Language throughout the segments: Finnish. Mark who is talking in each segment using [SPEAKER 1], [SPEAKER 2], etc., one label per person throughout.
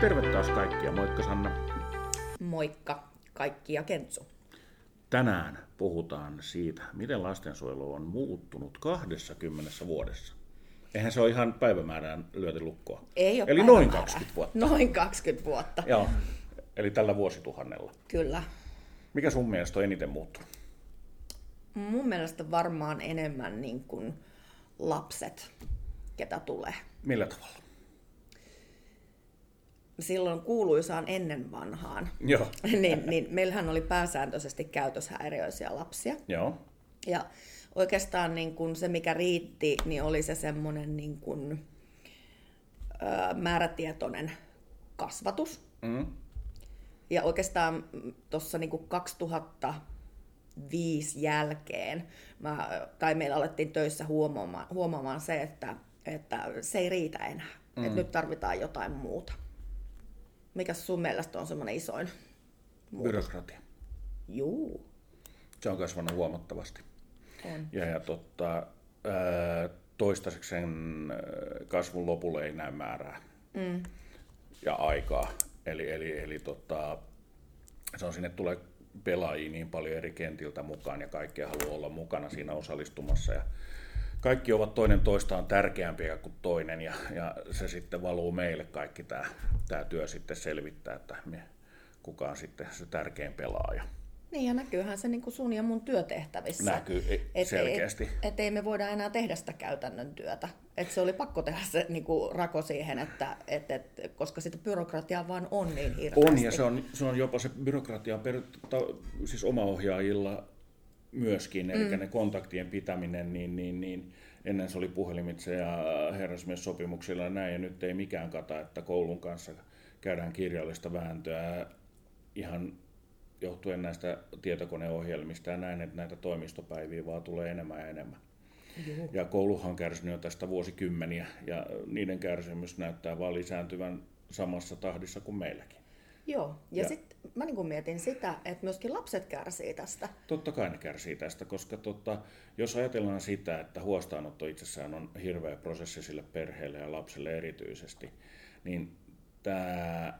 [SPEAKER 1] Terve taas kaikkia, moikka Sanna.
[SPEAKER 2] Moikka kaikki ja Kentsu.
[SPEAKER 1] Tänään puhutaan siitä, miten lastensuojelu on muuttunut 20 vuodessa. Eihän se ole ihan päivämäärään lyöty lukkoa.
[SPEAKER 2] Ei ole
[SPEAKER 1] Eli noin
[SPEAKER 2] päivämäärää.
[SPEAKER 1] 20 vuotta.
[SPEAKER 2] Noin 20 vuotta,
[SPEAKER 1] Joo. Eli tällä vuosituhannella.
[SPEAKER 2] kyllä.
[SPEAKER 1] Mikä sun mielestä on eniten muuttunut?
[SPEAKER 2] Mun mielestä varmaan enemmän niin kuin lapset, ketä tulee.
[SPEAKER 1] Millä tavalla?
[SPEAKER 2] Silloin kuuluisaan ennen vanhaan,
[SPEAKER 1] Joo.
[SPEAKER 2] niin, niin meillähän oli pääsääntöisesti käytöshäiriöisiä lapsia.
[SPEAKER 1] Joo.
[SPEAKER 2] Ja oikeastaan niin kun se, mikä riitti, niin oli se semmoinen niin kun, ö, määrätietoinen kasvatus.
[SPEAKER 1] Mm.
[SPEAKER 2] Ja oikeastaan tuossa niin 2005 jälkeen, mä, tai meillä alettiin töissä huomaamaan, huomaamaan se, että, että se ei riitä enää. Mm. Että nyt tarvitaan jotain muuta. Mikä sun mielestä on semmoinen isoin?
[SPEAKER 1] Byrokratia.
[SPEAKER 2] Juu,
[SPEAKER 1] Se on kasvanut huomattavasti.
[SPEAKER 2] on.
[SPEAKER 1] Ja, ja totta, ää, toistaiseksi sen ää, kasvun lopulle ei näy määrää mm. ja aikaa. Eli, eli, eli tota, se on sinne tulee pelaajia niin paljon eri kentiltä mukaan ja kaikki haluaa olla mukana siinä osallistumassa. Ja kaikki ovat toinen toistaan tärkeämpiä kuin toinen ja, ja se sitten valuu meille kaikki tämä, tämä työ sitten selvittää, että me, kuka on sitten se tärkein pelaaja.
[SPEAKER 2] Niin ja näkyyhän se niin kuin sun ja mun työtehtävissä.
[SPEAKER 1] Näkyy e- selkeästi.
[SPEAKER 2] Et, et ei me voida enää tehdä sitä käytännön työtä. Et se oli pakko tehdä se niin kuin rako siihen, että, et, et, koska sitä byrokratiaa vaan on niin hirveästi.
[SPEAKER 1] On, ja se on, se on jopa se byrokratia per, ta, siis omaohjaajilla myöskin, eli ne kontaktien pitäminen, niin, niin, niin ennen se oli puhelimitse ja herrasmiessopimuksilla ja näin, ja nyt ei mikään kata, että koulun kanssa käydään kirjallista vääntöä ihan johtuen näistä tietokoneohjelmista ja näin, että näitä toimistopäiviä vaan tulee enemmän ja enemmän. Joo. Ja kouluhan on kärsinyt jo tästä vuosikymmeniä, ja niiden kärsimys näyttää vaan lisääntyvän samassa tahdissa kuin meilläkin.
[SPEAKER 2] Joo, ja,
[SPEAKER 1] Ja-
[SPEAKER 2] ja. sitten mä niin mietin sitä, että myöskin lapset kärsii tästä.
[SPEAKER 1] Totta kai ne kärsii tästä, koska tota, jos ajatellaan sitä, että huostaanotto itsessään on hirveä prosessi sille perheelle ja lapselle erityisesti, niin tämä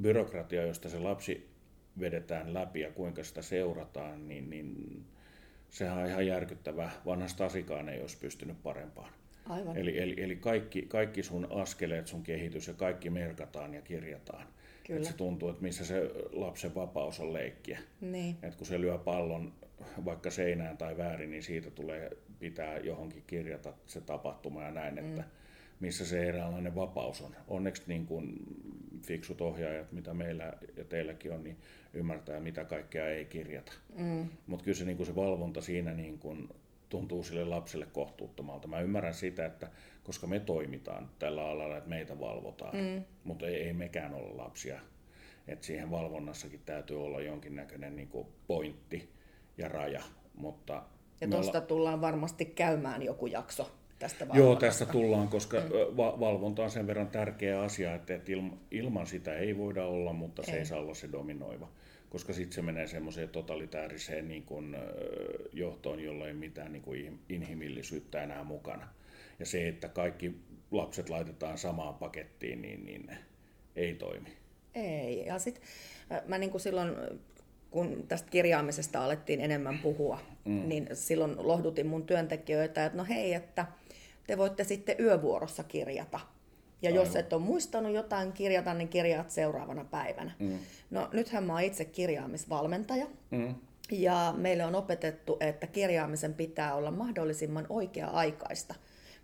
[SPEAKER 1] byrokratia, josta se lapsi vedetään läpi ja kuinka sitä seurataan, niin, niin sehän on ihan järkyttävää. Vanhasta asikaan ei olisi pystynyt parempaan.
[SPEAKER 2] Aivan.
[SPEAKER 1] Eli, eli, eli kaikki, kaikki sun askeleet, sun kehitys ja kaikki merkataan ja kirjataan.
[SPEAKER 2] Kyllä.
[SPEAKER 1] Et se tuntuu, että missä se lapsen vapaus on leikkiä.
[SPEAKER 2] Niin,
[SPEAKER 1] Et kun se lyö pallon vaikka seinään tai väärin, niin siitä tulee pitää johonkin kirjata se tapahtuma ja näin, että missä se eräänlainen vapaus on. Onneksi niin kuin fiksut ohjaajat, mitä meillä ja teilläkin on, niin ymmärtää, mitä kaikkea ei kirjata. Mm. Mutta kyllä se, niin kuin se valvonta siinä niin kuin tuntuu sille lapselle kohtuuttomalta. Mä ymmärrän sitä, että koska me toimitaan tällä alalla, että meitä valvotaan, mm. mutta ei, ei mekään olla lapsia. Et siihen valvonnassakin täytyy olla jonkinnäköinen niin kuin pointti ja raja. Mutta
[SPEAKER 2] ja
[SPEAKER 1] me
[SPEAKER 2] tuosta tullaan varmasti käymään joku jakso tästä
[SPEAKER 1] Joo,
[SPEAKER 2] valvonnasta.
[SPEAKER 1] tässä tullaan, koska ö, va- valvonta on sen verran tärkeä asia, että et ilm- ilman sitä ei voida olla, mutta se ei,
[SPEAKER 2] Ei.
[SPEAKER 1] saa olla se dominoiva. Koska sitten se menee semmoiseen totalitaariseen niin kun, ö, johtoon, jolla ei mitään niin kun ihm- inhimillisyyttä enää mukana. Ja se, että kaikki lapset laitetaan samaan pakettiin, niin, niin ei toimi.
[SPEAKER 2] Ei, ja sit äh, mä niin kuin silloin, äh, kun tästä kirjaamisesta alettiin enemmän puhua, mm. niin silloin lohdutin mun työntekijöitä, että no hei, että te voitte sitten yövuorossa kirjata. Ja jos
[SPEAKER 1] Aivan.
[SPEAKER 2] et ole muistanut jotain kirjata, niin kirjaat seuraavana päivänä. Mm. No nythän mä oon itse kirjaamisvalmentaja.
[SPEAKER 1] Mm.
[SPEAKER 2] Ja meille on opetettu, että kirjaamisen pitää olla mahdollisimman oikea-aikaista,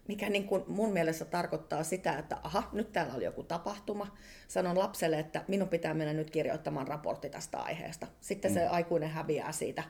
[SPEAKER 2] mikä niin kuin mun mielestä tarkoittaa sitä, että aha, nyt täällä oli joku tapahtuma. Sanon lapselle, että minun pitää mennä nyt kirjoittamaan raportti tästä aiheesta. Sitten mm. se aikuinen häviää siitä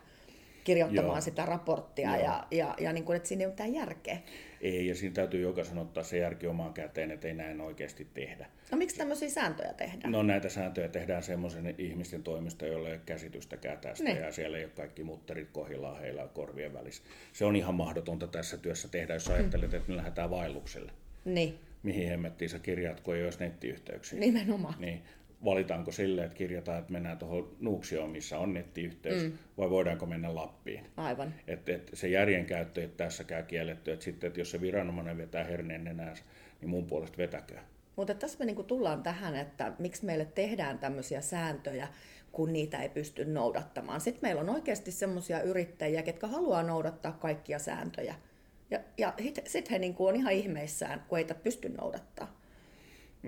[SPEAKER 2] kirjoittamaan
[SPEAKER 1] Joo.
[SPEAKER 2] Joo. sitä raporttia
[SPEAKER 1] Joo.
[SPEAKER 2] ja, ja, ja niin kuin, että siinä ei ole mitään järkeä.
[SPEAKER 1] Ei, ja siinä täytyy jokaisen ottaa se järki omaan käteen, että ei näin oikeasti tehdä.
[SPEAKER 2] No miksi tämmöisiä sääntöjä tehdään?
[SPEAKER 1] No näitä sääntöjä tehdään semmoisen ihmisten toimista, joilla ei ole käsitystäkään tästä
[SPEAKER 2] Niin.
[SPEAKER 1] ja siellä ei ole kaikki mutterit kohillaan heillä korvien välissä. Se on ihan mahdotonta tässä työssä tehdä, jos ajattelet, että me lähdetään vaellukselle.
[SPEAKER 2] Niin,
[SPEAKER 1] Mihin hemmettiin sä kirjaat, kun ei olisi nettiyhteyksiä?
[SPEAKER 2] nimenomaan.
[SPEAKER 1] Niin valitaanko sille, että kirjataan, että mennään tuohon Nuuksioon, missä on nettiyhteys, mm. vai voidaanko mennä Lappiin?
[SPEAKER 2] Aivan.
[SPEAKER 1] Et, et se järjen käyttö ei ole tässäkään kielletty, että sitten, että jos se viranomainen vetää herneen nenäänsä, niin mun puolesta vetäköön.
[SPEAKER 2] Mutta tässä me niinku tullaan tähän, että miksi meille tehdään tämmöisiä sääntöjä, kun niitä ei pysty noudattamaan. Sitten meillä on oikeasti semmoisia yrittäjiä, ketkä haluaa noudattaa kaikkia sääntöjä. Ja, ja sitten he niinku on ihan ihmeissään, kun ei pysty noudattaa.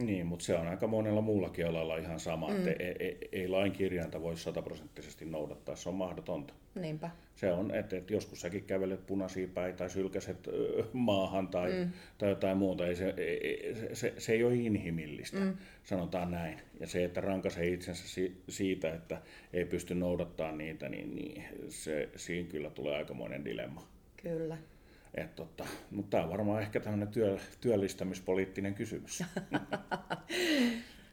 [SPEAKER 1] Niin, mutta se on aika monella muullakin alalla ihan sama, mm. että ei, ei, ei lain kirjainta voi sataprosenttisesti noudattaa, se on mahdotonta.
[SPEAKER 2] Niinpä.
[SPEAKER 1] Se on, että, että joskus säkin kävelet punaisia päin tai sylkäset ö, maahan tai, mm. tai jotain muuta. Ei se, ei, se, se, se ei ole inhimillistä, mm. sanotaan näin. Ja se, että rankaisee itsensä si, siitä, että ei pysty noudattaa niitä, niin, niin se, siinä kyllä tulee aikamoinen dilemma.
[SPEAKER 2] Kyllä.
[SPEAKER 1] Et tota, mutta tämä on varmaan ehkä tämmöinen työ, työllistämispoliittinen kysymys.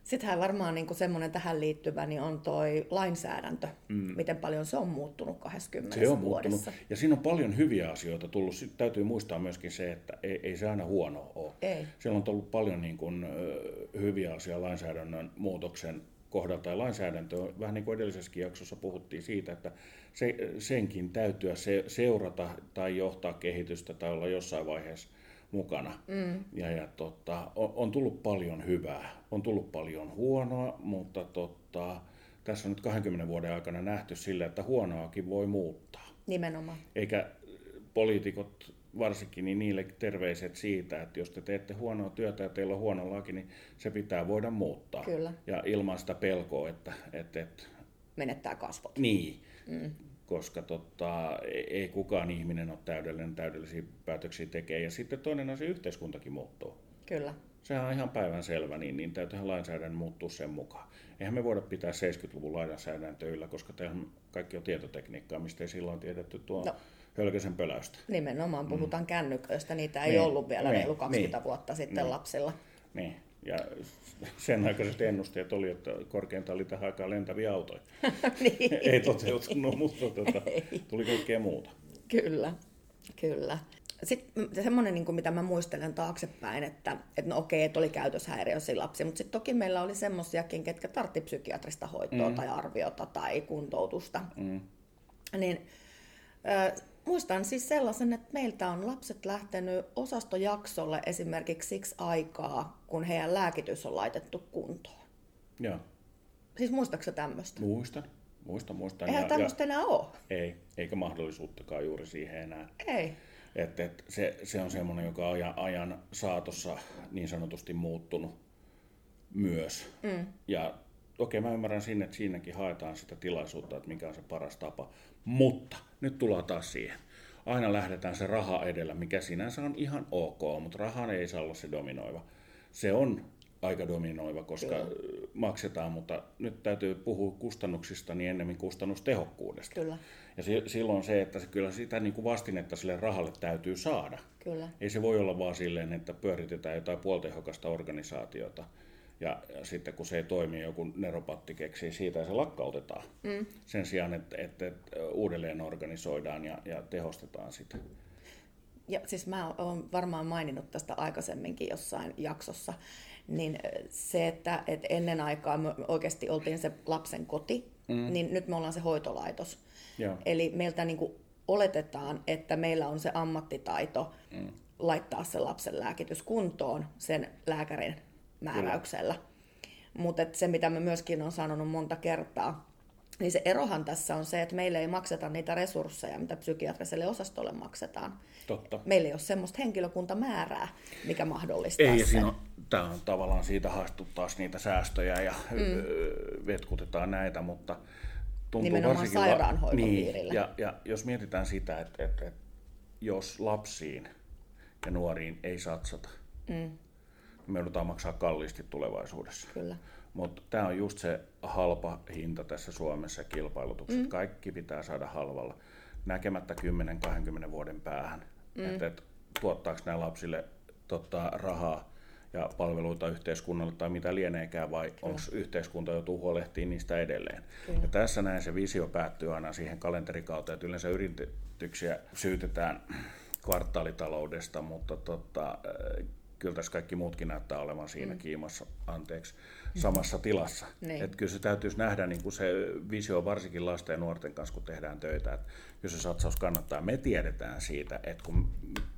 [SPEAKER 2] Sittenhän varmaan niin semmoinen tähän liittyvä niin on toi lainsäädäntö, mm. miten paljon se on muuttunut 20
[SPEAKER 1] se on
[SPEAKER 2] vuodessa.
[SPEAKER 1] Muuttunut. Ja siinä on paljon hyviä asioita tullut. Sitten täytyy muistaa myöskin se, että ei, ei se aina huono ole.
[SPEAKER 2] Ei.
[SPEAKER 1] Siellä on tullut paljon niin kuin, hyviä asioita lainsäädännön muutoksen kohdalta ja lainsäädäntöä. Vähän niin kuin edellisessäkin jaksossa puhuttiin siitä, että se, senkin täytyä se, seurata tai johtaa kehitystä tai olla jossain vaiheessa mukana. Mm. Ja, ja tota, on, on tullut paljon hyvää, on tullut paljon huonoa, mutta tota, tässä on nyt 20 vuoden aikana nähty sillä, että huonoakin voi muuttaa.
[SPEAKER 2] Nimenomaan.
[SPEAKER 1] Eikä poliitikot varsinkin niin niille terveiset siitä, että jos te teette huonoa työtä ja teillä on huono laki, niin se pitää voida muuttaa.
[SPEAKER 2] Kyllä.
[SPEAKER 1] Ja ilman sitä pelkoa, että... että, että
[SPEAKER 2] Menettää kasvot.
[SPEAKER 1] Niin. Mm. Koska tota, ei kukaan ihminen ole täydellinen, täydellisiä päätöksiä tekee. Ja sitten toinen asia, yhteiskuntakin muuttuu.
[SPEAKER 2] Kyllä.
[SPEAKER 1] Sehän on ihan päivänselvä, niin, niin täytyyhän lainsäädännön muuttua sen mukaan. Eihän me voida pitää 70-luvun lainsäädäntöä yllä, koska tehän kaikki on tietotekniikkaa, mistä ei silloin tiedetty tuo no hölkäsen pöläystä.
[SPEAKER 2] Nimenomaan puhutaan mm. kännyköistä, niitä ei niin, ollut vielä niin, reilu 20 niin, vuotta sitten niin, lapsilla.
[SPEAKER 1] Niin, ja sen aikaiset ennusteet oli, että korkeinta oli tähän aikaan lentäviä autoja.
[SPEAKER 2] niin.
[SPEAKER 1] ei toteutunut, mutta tota, tuli kaikkea muuta.
[SPEAKER 2] Kyllä, kyllä. Sitten semmoinen, niin kuin mitä mä muistelen taaksepäin, että, että no okei, että oli käytöshäiriöisiä lapsia, mutta sitten toki meillä oli semmoisiakin, ketkä tartti psykiatrista hoitoa mm. tai arviota tai kuntoutusta. Mm. Niin, äh, muistan siis sellaisen, että meiltä on lapset lähtenyt osastojaksolle esimerkiksi siksi aikaa, kun heidän lääkitys on laitettu kuntoon.
[SPEAKER 1] Joo.
[SPEAKER 2] Siis muistaaksä tämmöistä?
[SPEAKER 1] Muistan. Muistan, muistan.
[SPEAKER 2] Eihän tämmöistä enää ole.
[SPEAKER 1] Ei, eikä mahdollisuuttakaan juuri siihen enää.
[SPEAKER 2] Ei.
[SPEAKER 1] Et, et, se, se on semmoinen, joka on ajan, ajan saatossa niin sanotusti muuttunut myös. Mm. Ja okei, okay, mä ymmärrän sinne, että siinäkin haetaan sitä tilaisuutta, että mikä on se paras tapa. Mutta nyt tullaan taas siihen. Aina lähdetään se raha edellä, mikä sinänsä on ihan ok, mutta rahan ei saa olla se dominoiva. Se on aika dominoiva, koska Kyllä. maksetaan, mutta nyt täytyy puhua kustannuksista niin ennemmin kustannustehokkuudesta.
[SPEAKER 2] Kyllä.
[SPEAKER 1] Ja si- silloin se, että se, kyllä sitä niin kuin vastinetta sille rahalle täytyy saada.
[SPEAKER 2] Kyllä.
[SPEAKER 1] Ei se voi olla vaan silleen, että pyöritetään jotain puoltehokasta organisaatiota. Ja, ja sitten kun se ei toimi, joku neropatti keksii siitä ja se lakkautetaan. Mm. Sen sijaan, että, että, että uudelleen organisoidaan ja, ja tehostetaan sitä.
[SPEAKER 2] Ja siis mä oon varmaan maininnut tästä aikaisemminkin jossain jaksossa, niin se, että, että ennen aikaa me oikeasti oltiin se lapsen koti, mm. niin nyt me ollaan se hoitolaitos.
[SPEAKER 1] Ja.
[SPEAKER 2] Eli meiltä niin kuin oletetaan, että meillä on se ammattitaito mm. laittaa se lapsen lääkitys kuntoon sen lääkärin määräyksellä. Mutta se, mitä mä myöskin on sanonut monta kertaa, niin se erohan tässä on se, että meille ei makseta niitä resursseja, mitä psykiatriselle osastolle maksetaan.
[SPEAKER 1] Totta.
[SPEAKER 2] Meillä ei ole semmoista henkilökuntamäärää, mikä mahdollistaa
[SPEAKER 1] ei,
[SPEAKER 2] sen.
[SPEAKER 1] On, tämä on tavallaan siitä haettu taas niitä säästöjä ja mm. vetkutetaan näitä, mutta tuntuu
[SPEAKER 2] Nimenomaan sairaanhoitopiirillä.
[SPEAKER 1] Niin, ja, ja jos mietitään sitä, että, että, että jos lapsiin ja nuoriin ei satsata, mm me joudutaan maksaa kalliisti tulevaisuudessa.
[SPEAKER 2] Kyllä.
[SPEAKER 1] Mutta tämä on just se halpa hinta tässä Suomessa, kilpailutukset. Mm. Kaikki pitää saada halvalla, näkemättä 10-20 vuoden päähän. Mm. Että et, tuottaako nämä lapsille tota, rahaa ja palveluita yhteiskunnalle tai mitä lieneekään, vai onko yhteiskunta joutuu huolehtimaan niistä edelleen. Kyllä. Ja tässä näin se visio päättyy aina siihen kalenterikauteen, että yleensä yrityksiä syytetään kvartaalitaloudesta, mutta tota, kyllä tässä kaikki muutkin näyttää olevan siinä mm. kiimassa, anteeksi, samassa tilassa.
[SPEAKER 2] Niin.
[SPEAKER 1] Et kyllä se täytyisi nähdä niin kuin se visio varsinkin lasten ja nuorten kanssa, kun tehdään töitä, että kyllä se satsaus kannattaa. Me tiedetään siitä, että kun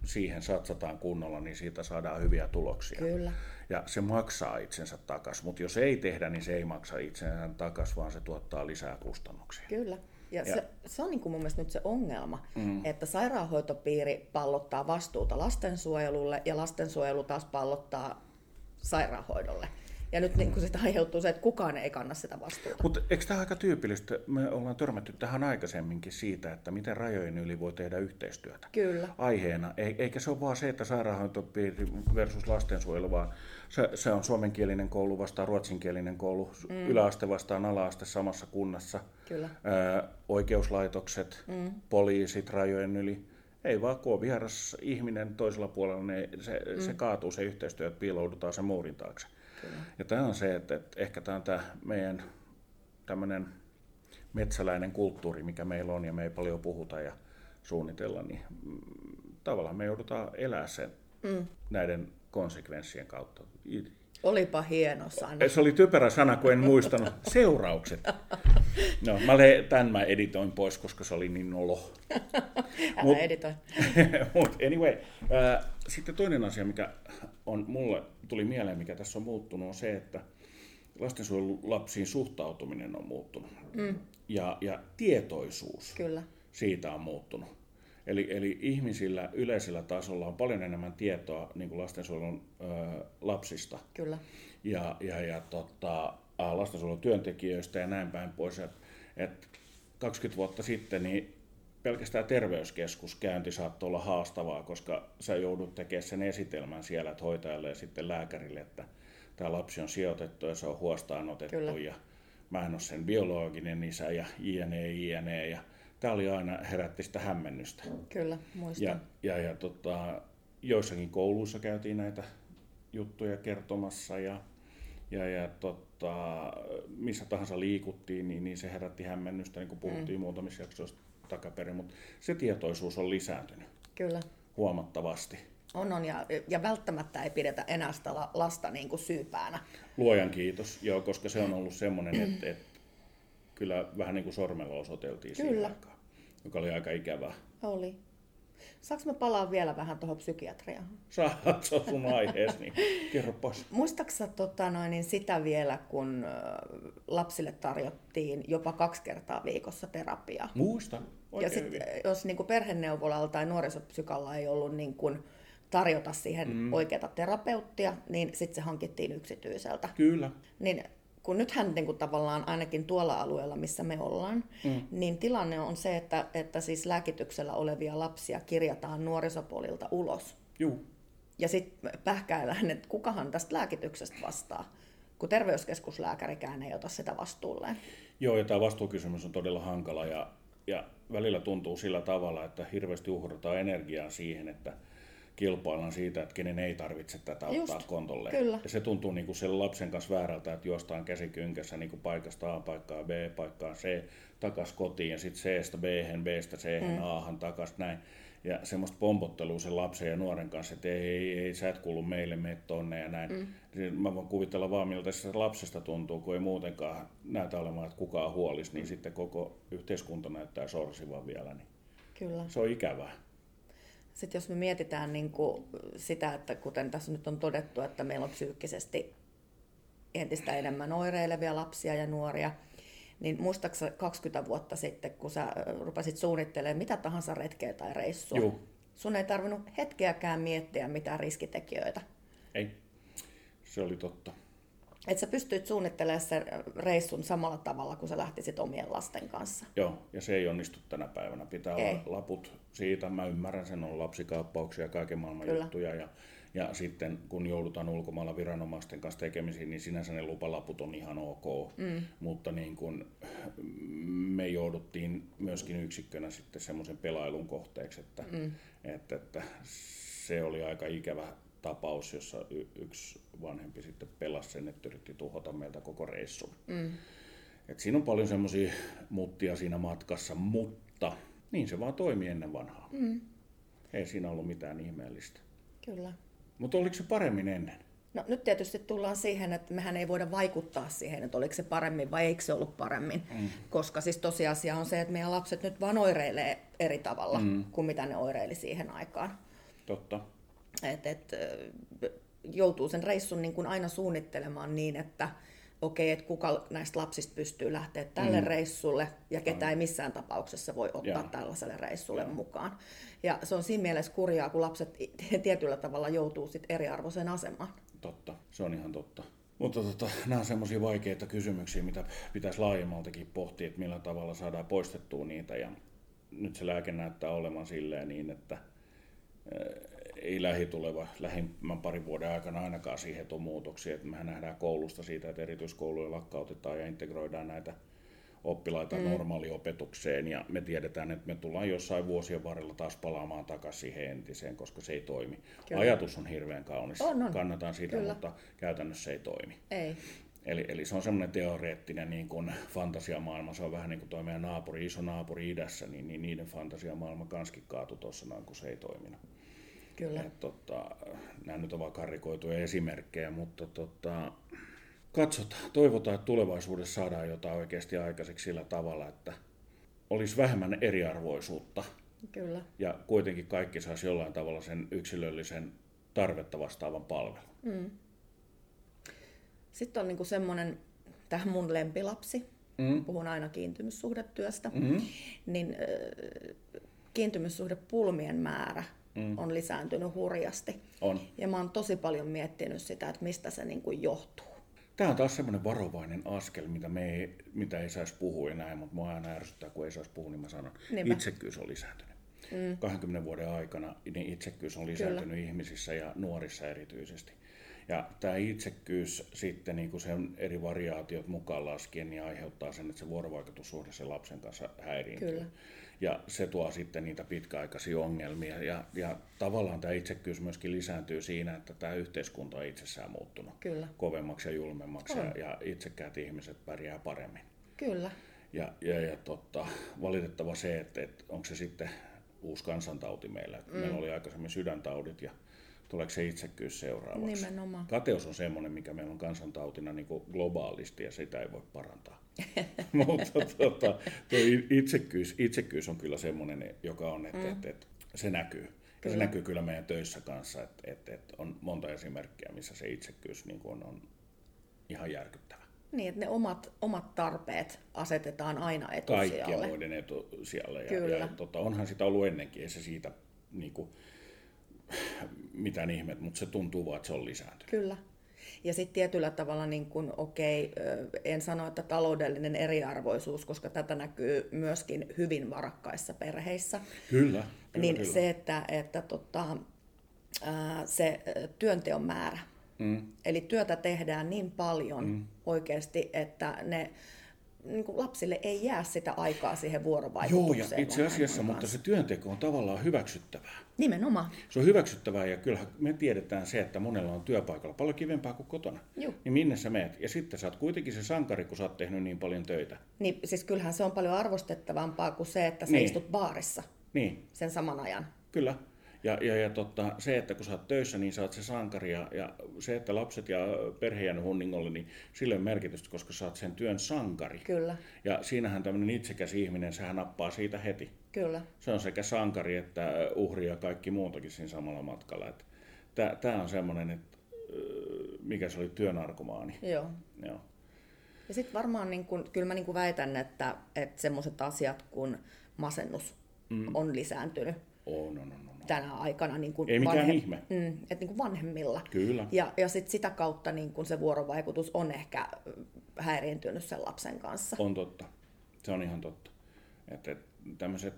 [SPEAKER 1] siihen satsataan kunnolla, niin siitä saadaan hyviä tuloksia.
[SPEAKER 2] Kyllä.
[SPEAKER 1] Ja se maksaa itsensä takaisin, mutta jos ei tehdä, niin se ei maksa itsensä takaisin, vaan se tuottaa lisää kustannuksia.
[SPEAKER 2] Kyllä. Ja,
[SPEAKER 1] Ja-
[SPEAKER 2] ja. Se, se on niin kuin mun mielestä nyt se ongelma, mm. että sairaanhoitopiiri pallottaa vastuuta lastensuojelulle ja lastensuojelu taas pallottaa sairaanhoidolle. Ja nyt niin kuin sitä aiheutuu se, että kukaan ei kanna sitä vastuuta.
[SPEAKER 1] Mutta eikö tämä aika tyypillistä? Me ollaan törmätty tähän aikaisemminkin siitä, että miten rajojen yli voi tehdä yhteistyötä.
[SPEAKER 2] Kyllä.
[SPEAKER 1] Aiheena. E- Eikä se ole vaan se, että sairaanhoitopiiri versus lastensuojelu, vaan se, se on suomenkielinen koulu vastaan ruotsinkielinen koulu, mm. yläaste vastaan alaaste samassa kunnassa,
[SPEAKER 2] Kyllä.
[SPEAKER 1] Ö, oikeuslaitokset, mm. poliisit rajojen yli. Ei vaan, kun on vieras ihminen toisella puolella, niin se, mm. se kaatuu se yhteistyö, että piiloudutaan sen muurin taakse.
[SPEAKER 2] Kyllä.
[SPEAKER 1] Ja tämä on se, että, että ehkä tämä on tämä meidän tämmöinen metsäläinen kulttuuri, mikä meillä on ja me ei paljon puhuta ja suunnitella, niin mm, tavallaan me joudutaan elää sen mm. näiden konsekvenssien kautta. I-
[SPEAKER 2] Olipa hieno sana.
[SPEAKER 1] Eh, Se oli typerä sana, kun en muistanut. Seuraukset. No, mä le- tämän mä editoin pois, koska se oli niin nolo.
[SPEAKER 2] Älä
[SPEAKER 1] mut-
[SPEAKER 2] editoi.
[SPEAKER 1] Mutta anyway, ää, sitten toinen asia, mikä on mulle tuli mieleen, mikä tässä on muuttunut, on se, että lastensuojelulapsiin suhtautuminen on muuttunut. Mm. Ja, ja tietoisuus
[SPEAKER 2] Kyllä.
[SPEAKER 1] siitä on muuttunut. Eli, eli ihmisillä yleisellä tasolla on paljon enemmän tietoa niin kuin lastensuojelun ö, lapsista
[SPEAKER 2] Kyllä.
[SPEAKER 1] ja, ja, ja tota, ää, lastensuojelun työntekijöistä ja näin päin pois. Et, et 20 vuotta sitten niin pelkästään terveyskeskuskäynti saattoi olla haastavaa, koska sä joudut tekemään sen esitelmän siellä että hoitajalle ja sitten lääkärille, että tämä lapsi on sijoitettu ja se on huostaan otettu
[SPEAKER 2] Kyllä.
[SPEAKER 1] ja mä en ole sen biologinen isä ja jne, jne. Ja tämä oli aina herätti sitä hämmennystä.
[SPEAKER 2] Kyllä. Muistan.
[SPEAKER 1] Ja, ja, ja tota, joissakin kouluissa käytiin näitä juttuja kertomassa ja, ja, ja tota, missä tahansa liikuttiin, niin, niin se herätti hämmennystä, niin kuin puhuttiin mm. muutamissa jaksoissa takaperin, mutta se tietoisuus on lisääntynyt
[SPEAKER 2] Kyllä.
[SPEAKER 1] huomattavasti.
[SPEAKER 2] On, on. Ja, ja välttämättä ei pidetä enää sitä la- lasta niin kuin syypäänä.
[SPEAKER 1] Luojan kiitos, joo, koska se on ollut semmoinen, että et, kyllä vähän niin kuin sormella osoiteltiin siihen
[SPEAKER 2] Kyllä.
[SPEAKER 1] aikaan, joka oli aika ikävää.
[SPEAKER 2] Oli. Saanko mä palaa vielä vähän tuohon psykiatriaan?
[SPEAKER 1] Saat se on sun aiheesi, niin kerro pois.
[SPEAKER 2] Muistaaksä tota noin, niin sitä vielä, kun ö, lapsille tarjottiin jopa kaksi kertaa viikossa terapiaa?
[SPEAKER 1] Muista
[SPEAKER 2] ja
[SPEAKER 1] oikein
[SPEAKER 2] sit,
[SPEAKER 1] hyvin.
[SPEAKER 2] ö, jos niin kuin perheneuvolalla tai nuorisopsykalla ei ollut niin kuin tarjota siihen mm. oikeata terapeuttia, niin sitten se hankittiin yksityiseltä.
[SPEAKER 1] Kyllä.
[SPEAKER 2] Niin kun nythän niin kuin tavallaan ainakin tuolla alueella, missä me ollaan, mm. niin tilanne on se, että, että siis lääkityksellä olevia lapsia kirjataan nuorisopuolilta ulos.
[SPEAKER 1] Juu.
[SPEAKER 2] Ja sitten pähkäillään, että kukahan tästä lääkityksestä vastaa, kun terveyskeskuslääkärikään ei ota sitä vastuulleen.
[SPEAKER 1] Joo, ja tämä vastuukysymys on todella hankala ja, ja välillä tuntuu sillä tavalla, että hirveästi uhrataan energiaa siihen, että kilpaillaan siitä, että kenen ei tarvitse tätä
[SPEAKER 2] Just,
[SPEAKER 1] ottaa kontolle.
[SPEAKER 2] kyllä.
[SPEAKER 1] Ja se tuntuu niin kuin sen lapsen kanssa väärältä, että juostaan käsikynkässä niin kuin paikasta A paikkaa B paikkaan C, takas kotiin ja sitten C-stä b B-stä c mm. A-han takas näin. Ja semmoista pompottelua sen lapsen ja nuoren kanssa, että ei, ei, ei sä et kuulu meille, mene tonne ja näin. Mm. Niin Mä voin kuvitella vaan, miltä se lapsesta tuntuu, kun ei muutenkaan näytä olemaan, että kukaan huolis, niin sitten koko yhteiskunta näyttää sorsivan vielä. Niin
[SPEAKER 2] Kyllä.
[SPEAKER 1] se on ikävää.
[SPEAKER 2] Sitten jos me mietitään niin kuin sitä, että kuten tässä nyt on todettu, että meillä on psyykkisesti entistä enemmän oireilevia lapsia ja nuoria, niin muistaaksä 20 vuotta sitten, kun sä ö, rupesit suunnittelemaan mitä tahansa retkeä tai reissua,
[SPEAKER 1] Juu.
[SPEAKER 2] sun ei tarvinnut hetkeäkään miettiä mitään riskitekijöitä.
[SPEAKER 1] Ei, se oli totta.
[SPEAKER 2] Että sä pystyt suunnittelemaan sen reissun samalla tavalla, kun sä lähtisit omien lasten kanssa.
[SPEAKER 1] Joo, ja se ei onnistu tänä päivänä. Pitää
[SPEAKER 2] Ei.
[SPEAKER 1] olla laput siitä, mä ymmärrän sen, on lapsikaappauksia, kaiken maailman
[SPEAKER 2] Kyllä.
[SPEAKER 1] juttuja. Ja, ja sitten kun joudutaan ulkomailla viranomaisten kanssa tekemisiin, niin sinänsä ne lupalaput on ihan ok. Mm. Mutta niin kun, me jouduttiin myöskin yksikkönä sitten semmoisen pelailun kohteeksi, että, mm. että, että se oli aika ikävä tapaus, jossa y- yksi vanhempi sitten pelasi sen, että yritti tuhota meiltä koko reissun. Et siinä on paljon semmoisia muttia siinä matkassa, mutta niin se vaan toimi ennen vanhaa. Mm. Ei siinä ollut mitään ihmeellistä.
[SPEAKER 2] Kyllä.
[SPEAKER 1] Mutta oliko se paremmin ennen?
[SPEAKER 2] No nyt tietysti tullaan siihen, että mehän ei voida vaikuttaa siihen, että oliko se paremmin vai eikö se ollut paremmin. Mm. Koska siis tosiasia on se, että meidän lapset nyt vaan oireilee eri tavalla mm. kuin mitä ne oireili siihen aikaan.
[SPEAKER 1] Totta.
[SPEAKER 2] Et, et, joutuu sen reissun niin kuin aina suunnittelemaan niin, että okei, että kuka näistä lapsista pystyy lähteä tälle mm. reissulle ja ketä ei missään tapauksessa voi ottaa
[SPEAKER 1] Joo.
[SPEAKER 2] tällaiselle reissulle
[SPEAKER 1] Joo.
[SPEAKER 2] mukaan. Ja se on siinä mielessä kurjaa, kun lapset i- tietyllä tavalla joutuu sit eriarvoiseen asemaan.
[SPEAKER 1] Totta, se on ihan totta. Mutta tota, nämä on semmoisia vaikeita kysymyksiä, mitä pitäisi laajemmaltakin pohtia, että millä tavalla saadaan poistettua niitä. Ja nyt se lääke näyttää olevan silleen niin, että eh, ei lähituleva, lähimmän parin vuoden aikana ainakaan siihen tule muutoksia. Että mehän nähdään koulusta siitä, että erityiskouluja lakkautetaan ja integroidaan näitä oppilaita mm. normaaliopetukseen. Ja me tiedetään, että me tullaan jossain vuosien varrella taas palaamaan takaisin siihen entiseen, koska se ei toimi.
[SPEAKER 2] Kyllä.
[SPEAKER 1] Kyllä. Ajatus on hirveän kaunis.
[SPEAKER 2] On, on.
[SPEAKER 1] Kannatan sitä,
[SPEAKER 2] Kyllä.
[SPEAKER 1] Kyllä. mutta käytännössä ei toimi.
[SPEAKER 2] Ei.
[SPEAKER 1] Eli, eli se on semmoinen teoreettinen niin kuin fantasiamaailma, se on vähän niin kuin tuo meidän naapuri, iso naapuri idässä, niin, niin niiden fantasiamaailma kanskin kaatui tuossa noin, kun se ei toiminut.
[SPEAKER 2] Kyllä.
[SPEAKER 1] Et, tota, nämä nyt ovat karikoituja esimerkkejä, mutta tota, katsotaan, toivotaan, että tulevaisuudessa saadaan jotain oikeasti aikaiseksi sillä tavalla, että olisi vähemmän eriarvoisuutta
[SPEAKER 2] Kyllä.
[SPEAKER 1] ja kuitenkin kaikki saisi jollain tavalla sen yksilöllisen tarvetta vastaavan palvelun.
[SPEAKER 2] Sitten on niinku semmoinen, tähän mun lempilapsi,
[SPEAKER 1] Mm.
[SPEAKER 2] puhun aina kiintymyssuhdetyöstä, mm-hmm. niin ö, kiintymyssuhdepulmien määrä mm. on lisääntynyt hurjasti.
[SPEAKER 1] On.
[SPEAKER 2] Ja mä oon tosi paljon miettinyt sitä, että mistä se niinku johtuu.
[SPEAKER 1] Tämä on taas semmoinen varovainen askel, mitä, me ei, mitä ei saisi puhua enää, mutta mua aina ärsyttää, kun ei saisi puhua, niin mä sanon,
[SPEAKER 2] Niinpä.
[SPEAKER 1] itsekkyys on lisääntynyt. Mm. 20 vuoden aikana niin itsekkyys on lisääntynyt Kyllä. ihmisissä ja nuorissa erityisesti. Ja tämä itsekkyys sitten niin kuin sen eri variaatiot mukaan laskien niin aiheuttaa sen, että se vuorovaikutussuhde sen lapsen kanssa häiriintyy.
[SPEAKER 2] Kyllä.
[SPEAKER 1] Ja se tuo sitten niitä pitkäaikaisia ongelmia. Ja, ja tavallaan tämä itsekkyys myöskin lisääntyy siinä, että tämä yhteiskunta on itsessään muuttunut
[SPEAKER 2] Kyllä.
[SPEAKER 1] kovemmaksi ja julmemmaksi
[SPEAKER 2] On.
[SPEAKER 1] ja, ja itsekkäät ihmiset pärjää paremmin.
[SPEAKER 2] Kyllä.
[SPEAKER 1] Ja, ja, ja totta, valitettava se, että, että onko se sitten uusi kansantauti meillä. Mm. Meillä oli aikaisemmin sydäntaudit ja tuleeko se itsekkyys seuraavaksi.
[SPEAKER 2] Nimenomaan.
[SPEAKER 1] Kateus on semmoinen, mikä meillä on kansantautina niin kuin globaalisti ja sitä ei voi parantaa. Mutta tota, tuo itsekkyys, itsekkyys on kyllä semmoinen, joka on, että mm. et, et, se näkyy. Ja se
[SPEAKER 2] Kyllä.
[SPEAKER 1] näkyy kyllä meidän töissä kanssa, että et, et on monta esimerkkiä, missä se itsekkyys niin kuin on, on ihan järkyttävä.
[SPEAKER 2] Niin, että ne omat, omat tarpeet asetetaan aina
[SPEAKER 1] kaikkia
[SPEAKER 2] etusijalle.
[SPEAKER 1] muiden etusijalle. Ja,
[SPEAKER 2] Kyllä.
[SPEAKER 1] ja tota, onhan sitä ollut ennenkin, ei se siitä niinku, mitään ihmet, mutta se tuntuu vaan, että se on lisääntynyt.
[SPEAKER 2] Kyllä. Ja sitten tietyllä tavalla, niin kun, okei, ö, en sano, että taloudellinen eriarvoisuus, koska tätä näkyy myöskin hyvin varakkaissa perheissä,
[SPEAKER 1] Kyllä. kyllä
[SPEAKER 2] niin
[SPEAKER 1] kyllä.
[SPEAKER 2] se, että, että tota, ää, se ö, työnteon määrä.
[SPEAKER 1] Mm.
[SPEAKER 2] Eli työtä tehdään niin paljon mm. oikeasti, että ne niin kun lapsille ei jää sitä aikaa siihen
[SPEAKER 1] Joo,
[SPEAKER 2] vuorovaikutukseen.
[SPEAKER 1] ja itse asiassa,
[SPEAKER 2] vanhemman
[SPEAKER 1] mutta
[SPEAKER 2] kanssa.
[SPEAKER 1] se työnteko on tavallaan hyväksyttävää.
[SPEAKER 2] Nimenomaan.
[SPEAKER 1] Se on hyväksyttävää ja kyllähän me tiedetään se, että monella on työpaikalla paljon kivempää kuin kotona.
[SPEAKER 2] Juu.
[SPEAKER 1] Niin minne sä meet? Ja sitten sä oot kuitenkin se sankari, kun sä oot tehnyt niin paljon töitä.
[SPEAKER 2] Niin, siis kyllähän se on paljon arvostettavampaa kuin se, että sä niin.
[SPEAKER 1] Niin.
[SPEAKER 2] istut baarissa
[SPEAKER 1] Niin,
[SPEAKER 2] sen saman ajan.
[SPEAKER 1] Kyllä. Ja, ja, ja totta, se, että kun sä oot töissä, niin sä oot se sankari ja, ja se, että lapset ja perhe jäänyt hunningolle, niin sille on merkitystä, koska sä oot sen työn sankari.
[SPEAKER 2] Kyllä,
[SPEAKER 1] Ja siinähän tämmöinen itsekäs ihminen, sehän nappaa siitä heti.
[SPEAKER 2] kyllä.
[SPEAKER 1] Se on sekä sankari että uhri ja kaikki muutakin siinä samalla matkalla. Tämä on semmoinen, että ö, mikä se oli, työnarkomaani.
[SPEAKER 2] Joo.
[SPEAKER 1] Joo.
[SPEAKER 2] Ja sitten varmaan, niin kun, kyllä mä niin kun väitän, että, että semmoiset asiat kuin masennus mm. on lisääntynyt
[SPEAKER 1] On, on, on, on.
[SPEAKER 2] tänä aikana niin kun
[SPEAKER 1] Ei mikään ihme.
[SPEAKER 2] Mm, et niin kun vanhemmilla.
[SPEAKER 1] Kyllä.
[SPEAKER 2] Ja, ja sit sitä kautta niin kun se vuorovaikutus on ehkä ö, häiriintynyt sen lapsen kanssa.
[SPEAKER 1] On totta. Se on ihan totta. Että et, tämmöiset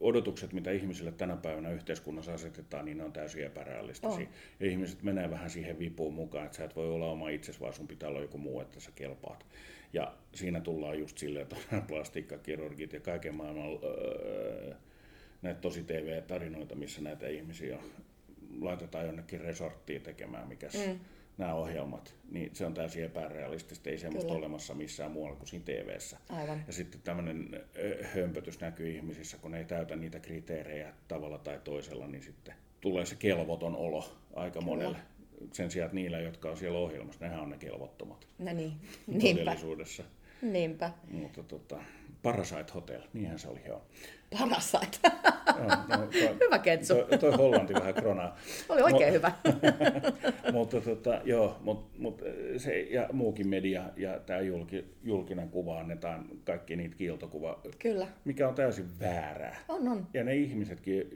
[SPEAKER 1] odotukset, mitä ihmisille tänä päivänä yhteiskunnassa asetetaan, niin ne on täysin epärealistisia.
[SPEAKER 2] On.
[SPEAKER 1] Ja ihmiset menee vähän siihen vipuun mukaan, että sä et voi olla oma itsesi, vaan sun pitää olla joku muu, että sä kelpaat. Ja siinä tullaan just silleen, että on plastiikkakirurgit ja kaiken maailman öö, näitä tosi TV-tarinoita, missä näitä ihmisiä laitetaan jonnekin resorttiin tekemään, mikä mm. nämä ohjelmat, niin se on täysin epärealistista, ei semmoista
[SPEAKER 2] Kyllä.
[SPEAKER 1] Kyllä. olemassa missään muualla kuin siinä TV-ssä.
[SPEAKER 2] Aivan.
[SPEAKER 1] Ja sitten tämmöinen hömpötys näkyy ihmisissä, kun ne ei täytä niitä kriteerejä tavalla tai toisella, niin sitten tulee se kelvoton olo aika monelle. Sen sijaan että niillä, jotka on siellä ohjelmassa, nehän on ne kelvottomat
[SPEAKER 2] No niin, niinpä.
[SPEAKER 1] todellisuudessa.
[SPEAKER 2] Niinpä.
[SPEAKER 1] Mutta tota, Parasite Hotel, niinhän se oli joo.
[SPEAKER 2] Parasait.
[SPEAKER 1] joo no, no. toi,
[SPEAKER 2] Hyvä ketsu.
[SPEAKER 1] Toi, toi Hollanti vähän kronaa.
[SPEAKER 2] Oli oikein
[SPEAKER 1] Mu-
[SPEAKER 2] hyvä.
[SPEAKER 1] mutta tota, joo, mut, mut se ja muukin media ja tämä julkinen kuva annetaan kaikki niitä kiiltokuva,
[SPEAKER 2] Kyllä.
[SPEAKER 1] mikä on täysin väärää.
[SPEAKER 2] On, on.
[SPEAKER 1] Ja ne ihmisetkin,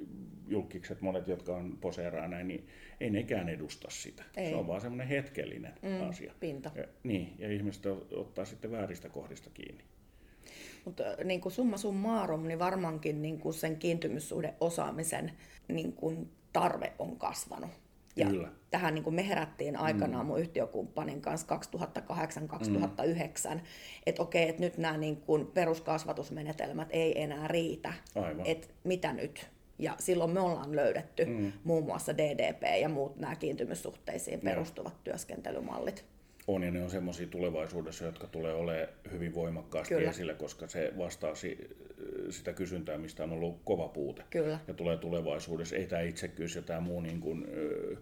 [SPEAKER 1] julkikset monet, jotka on poseeraa näin, niin ei nekään edusta sitä.
[SPEAKER 2] Ei.
[SPEAKER 1] Se on vaan semmoinen hetkellinen mm, asia.
[SPEAKER 2] pinta.
[SPEAKER 1] Ja, niin, ja ihmiset o- ottaa sitten vääristä kohdista kiinni.
[SPEAKER 2] Mutta niin kuin summa summarum, niin varmaankin niin kuin sen kiintymyssuhde osaamisen niin kuin tarve on kasvanut. Ja
[SPEAKER 1] Kyllä.
[SPEAKER 2] tähän niin kuin me herättiin aikanaan mun yhtiökumppanin kanssa 2008-2009, että okei, että nyt nämä niin kuin peruskasvatusmenetelmät ei enää riitä.
[SPEAKER 1] Aivan.
[SPEAKER 2] Että mitä nyt? Ja silloin me ollaan löydetty mm. muun muassa DDP ja muut nämä kiintymyssuhteisiin perustuvat työskentelymallit.
[SPEAKER 1] On ja ne on semmoisia tulevaisuudessa, jotka tulee olemaan hyvin voimakkaasti
[SPEAKER 2] Kyllä.
[SPEAKER 1] Kyllä. esillä, koska se vastaa si- sitä kysyntää, mistä on ollut kova puute.
[SPEAKER 2] Kyllä.
[SPEAKER 1] Ja tulee tulevaisuudessa, ei tämä itsekkyys ja tämä muu niin kuin, ö,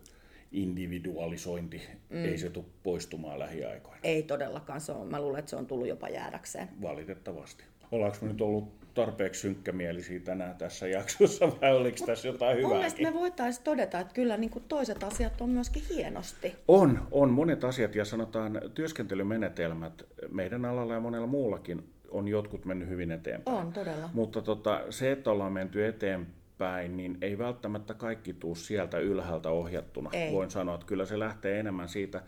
[SPEAKER 1] individualisointi, mm. ei se tule poistumaan lähiaikoina,
[SPEAKER 2] Ei todellakaan se on. Mä luulen, että se on tullut jopa jäädäkseen.
[SPEAKER 1] valitettavasti. Ollaanko me nyt ollut tarpeeksi synkkämielisiä tänään tässä jaksossa vai oliko tässä jotain
[SPEAKER 2] Mun mielestä
[SPEAKER 1] hyvääkin?
[SPEAKER 2] me voitaisiin todeta, että kyllä niin kuin toiset asiat on myöskin hienosti.
[SPEAKER 1] On, on monet asiat ja sanotaan työskentelymenetelmät meidän alalla ja monella muullakin on jotkut mennyt hyvin eteenpäin.
[SPEAKER 2] On todella.
[SPEAKER 1] Mutta tota, se, että ollaan menty eteenpäin, niin ei välttämättä kaikki tuu sieltä ylhäältä ohjattuna.
[SPEAKER 2] Ei.
[SPEAKER 1] Voin sanoa, että kyllä se lähtee enemmän siitä,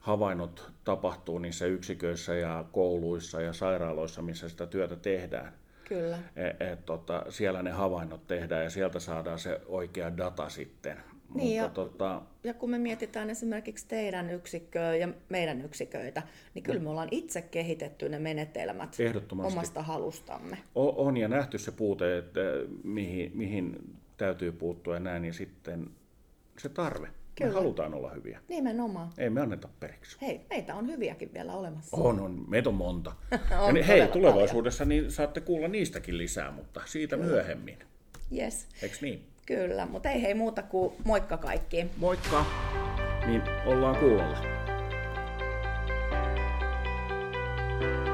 [SPEAKER 1] havainnot tapahtuu niissä yksiköissä ja kouluissa ja sairaaloissa, missä sitä työtä tehdään.
[SPEAKER 2] Kyllä.
[SPEAKER 1] Et, et, tota, siellä ne havainnot tehdään ja sieltä saadaan se oikea data sitten.
[SPEAKER 2] Niin
[SPEAKER 1] Mutta tota,
[SPEAKER 2] Ja kun me mietitään esimerkiksi teidän yksikköä ja meidän yksiköitä, niin kyllä me ollaan itse kehitetty ne menetelmät
[SPEAKER 1] Ehdottomasti.
[SPEAKER 2] omasta halustamme.
[SPEAKER 1] O- On ja nähty se puute, että mihin, mihin täytyy puuttua ja näin, ja sitten se tarve.
[SPEAKER 2] Kyllä.
[SPEAKER 1] Me halutaan olla hyviä.
[SPEAKER 2] Nimenomaan.
[SPEAKER 1] Ei me anneta periksi.
[SPEAKER 2] Hei, meitä on hyviäkin vielä olemassa.
[SPEAKER 1] On, on. Meitä on monta.
[SPEAKER 2] On
[SPEAKER 1] ja ni-
[SPEAKER 2] todella
[SPEAKER 1] hei, tulevaisuudessa niin saatte kuulla niistäkin lisää, mutta siitä myöhemmin.
[SPEAKER 2] Yes,
[SPEAKER 1] Eiks niin?
[SPEAKER 2] kyllä. Mutta ei hei muuta kuin moikka kaikkiin.
[SPEAKER 1] Moikka! Niin ollaan kuulolla.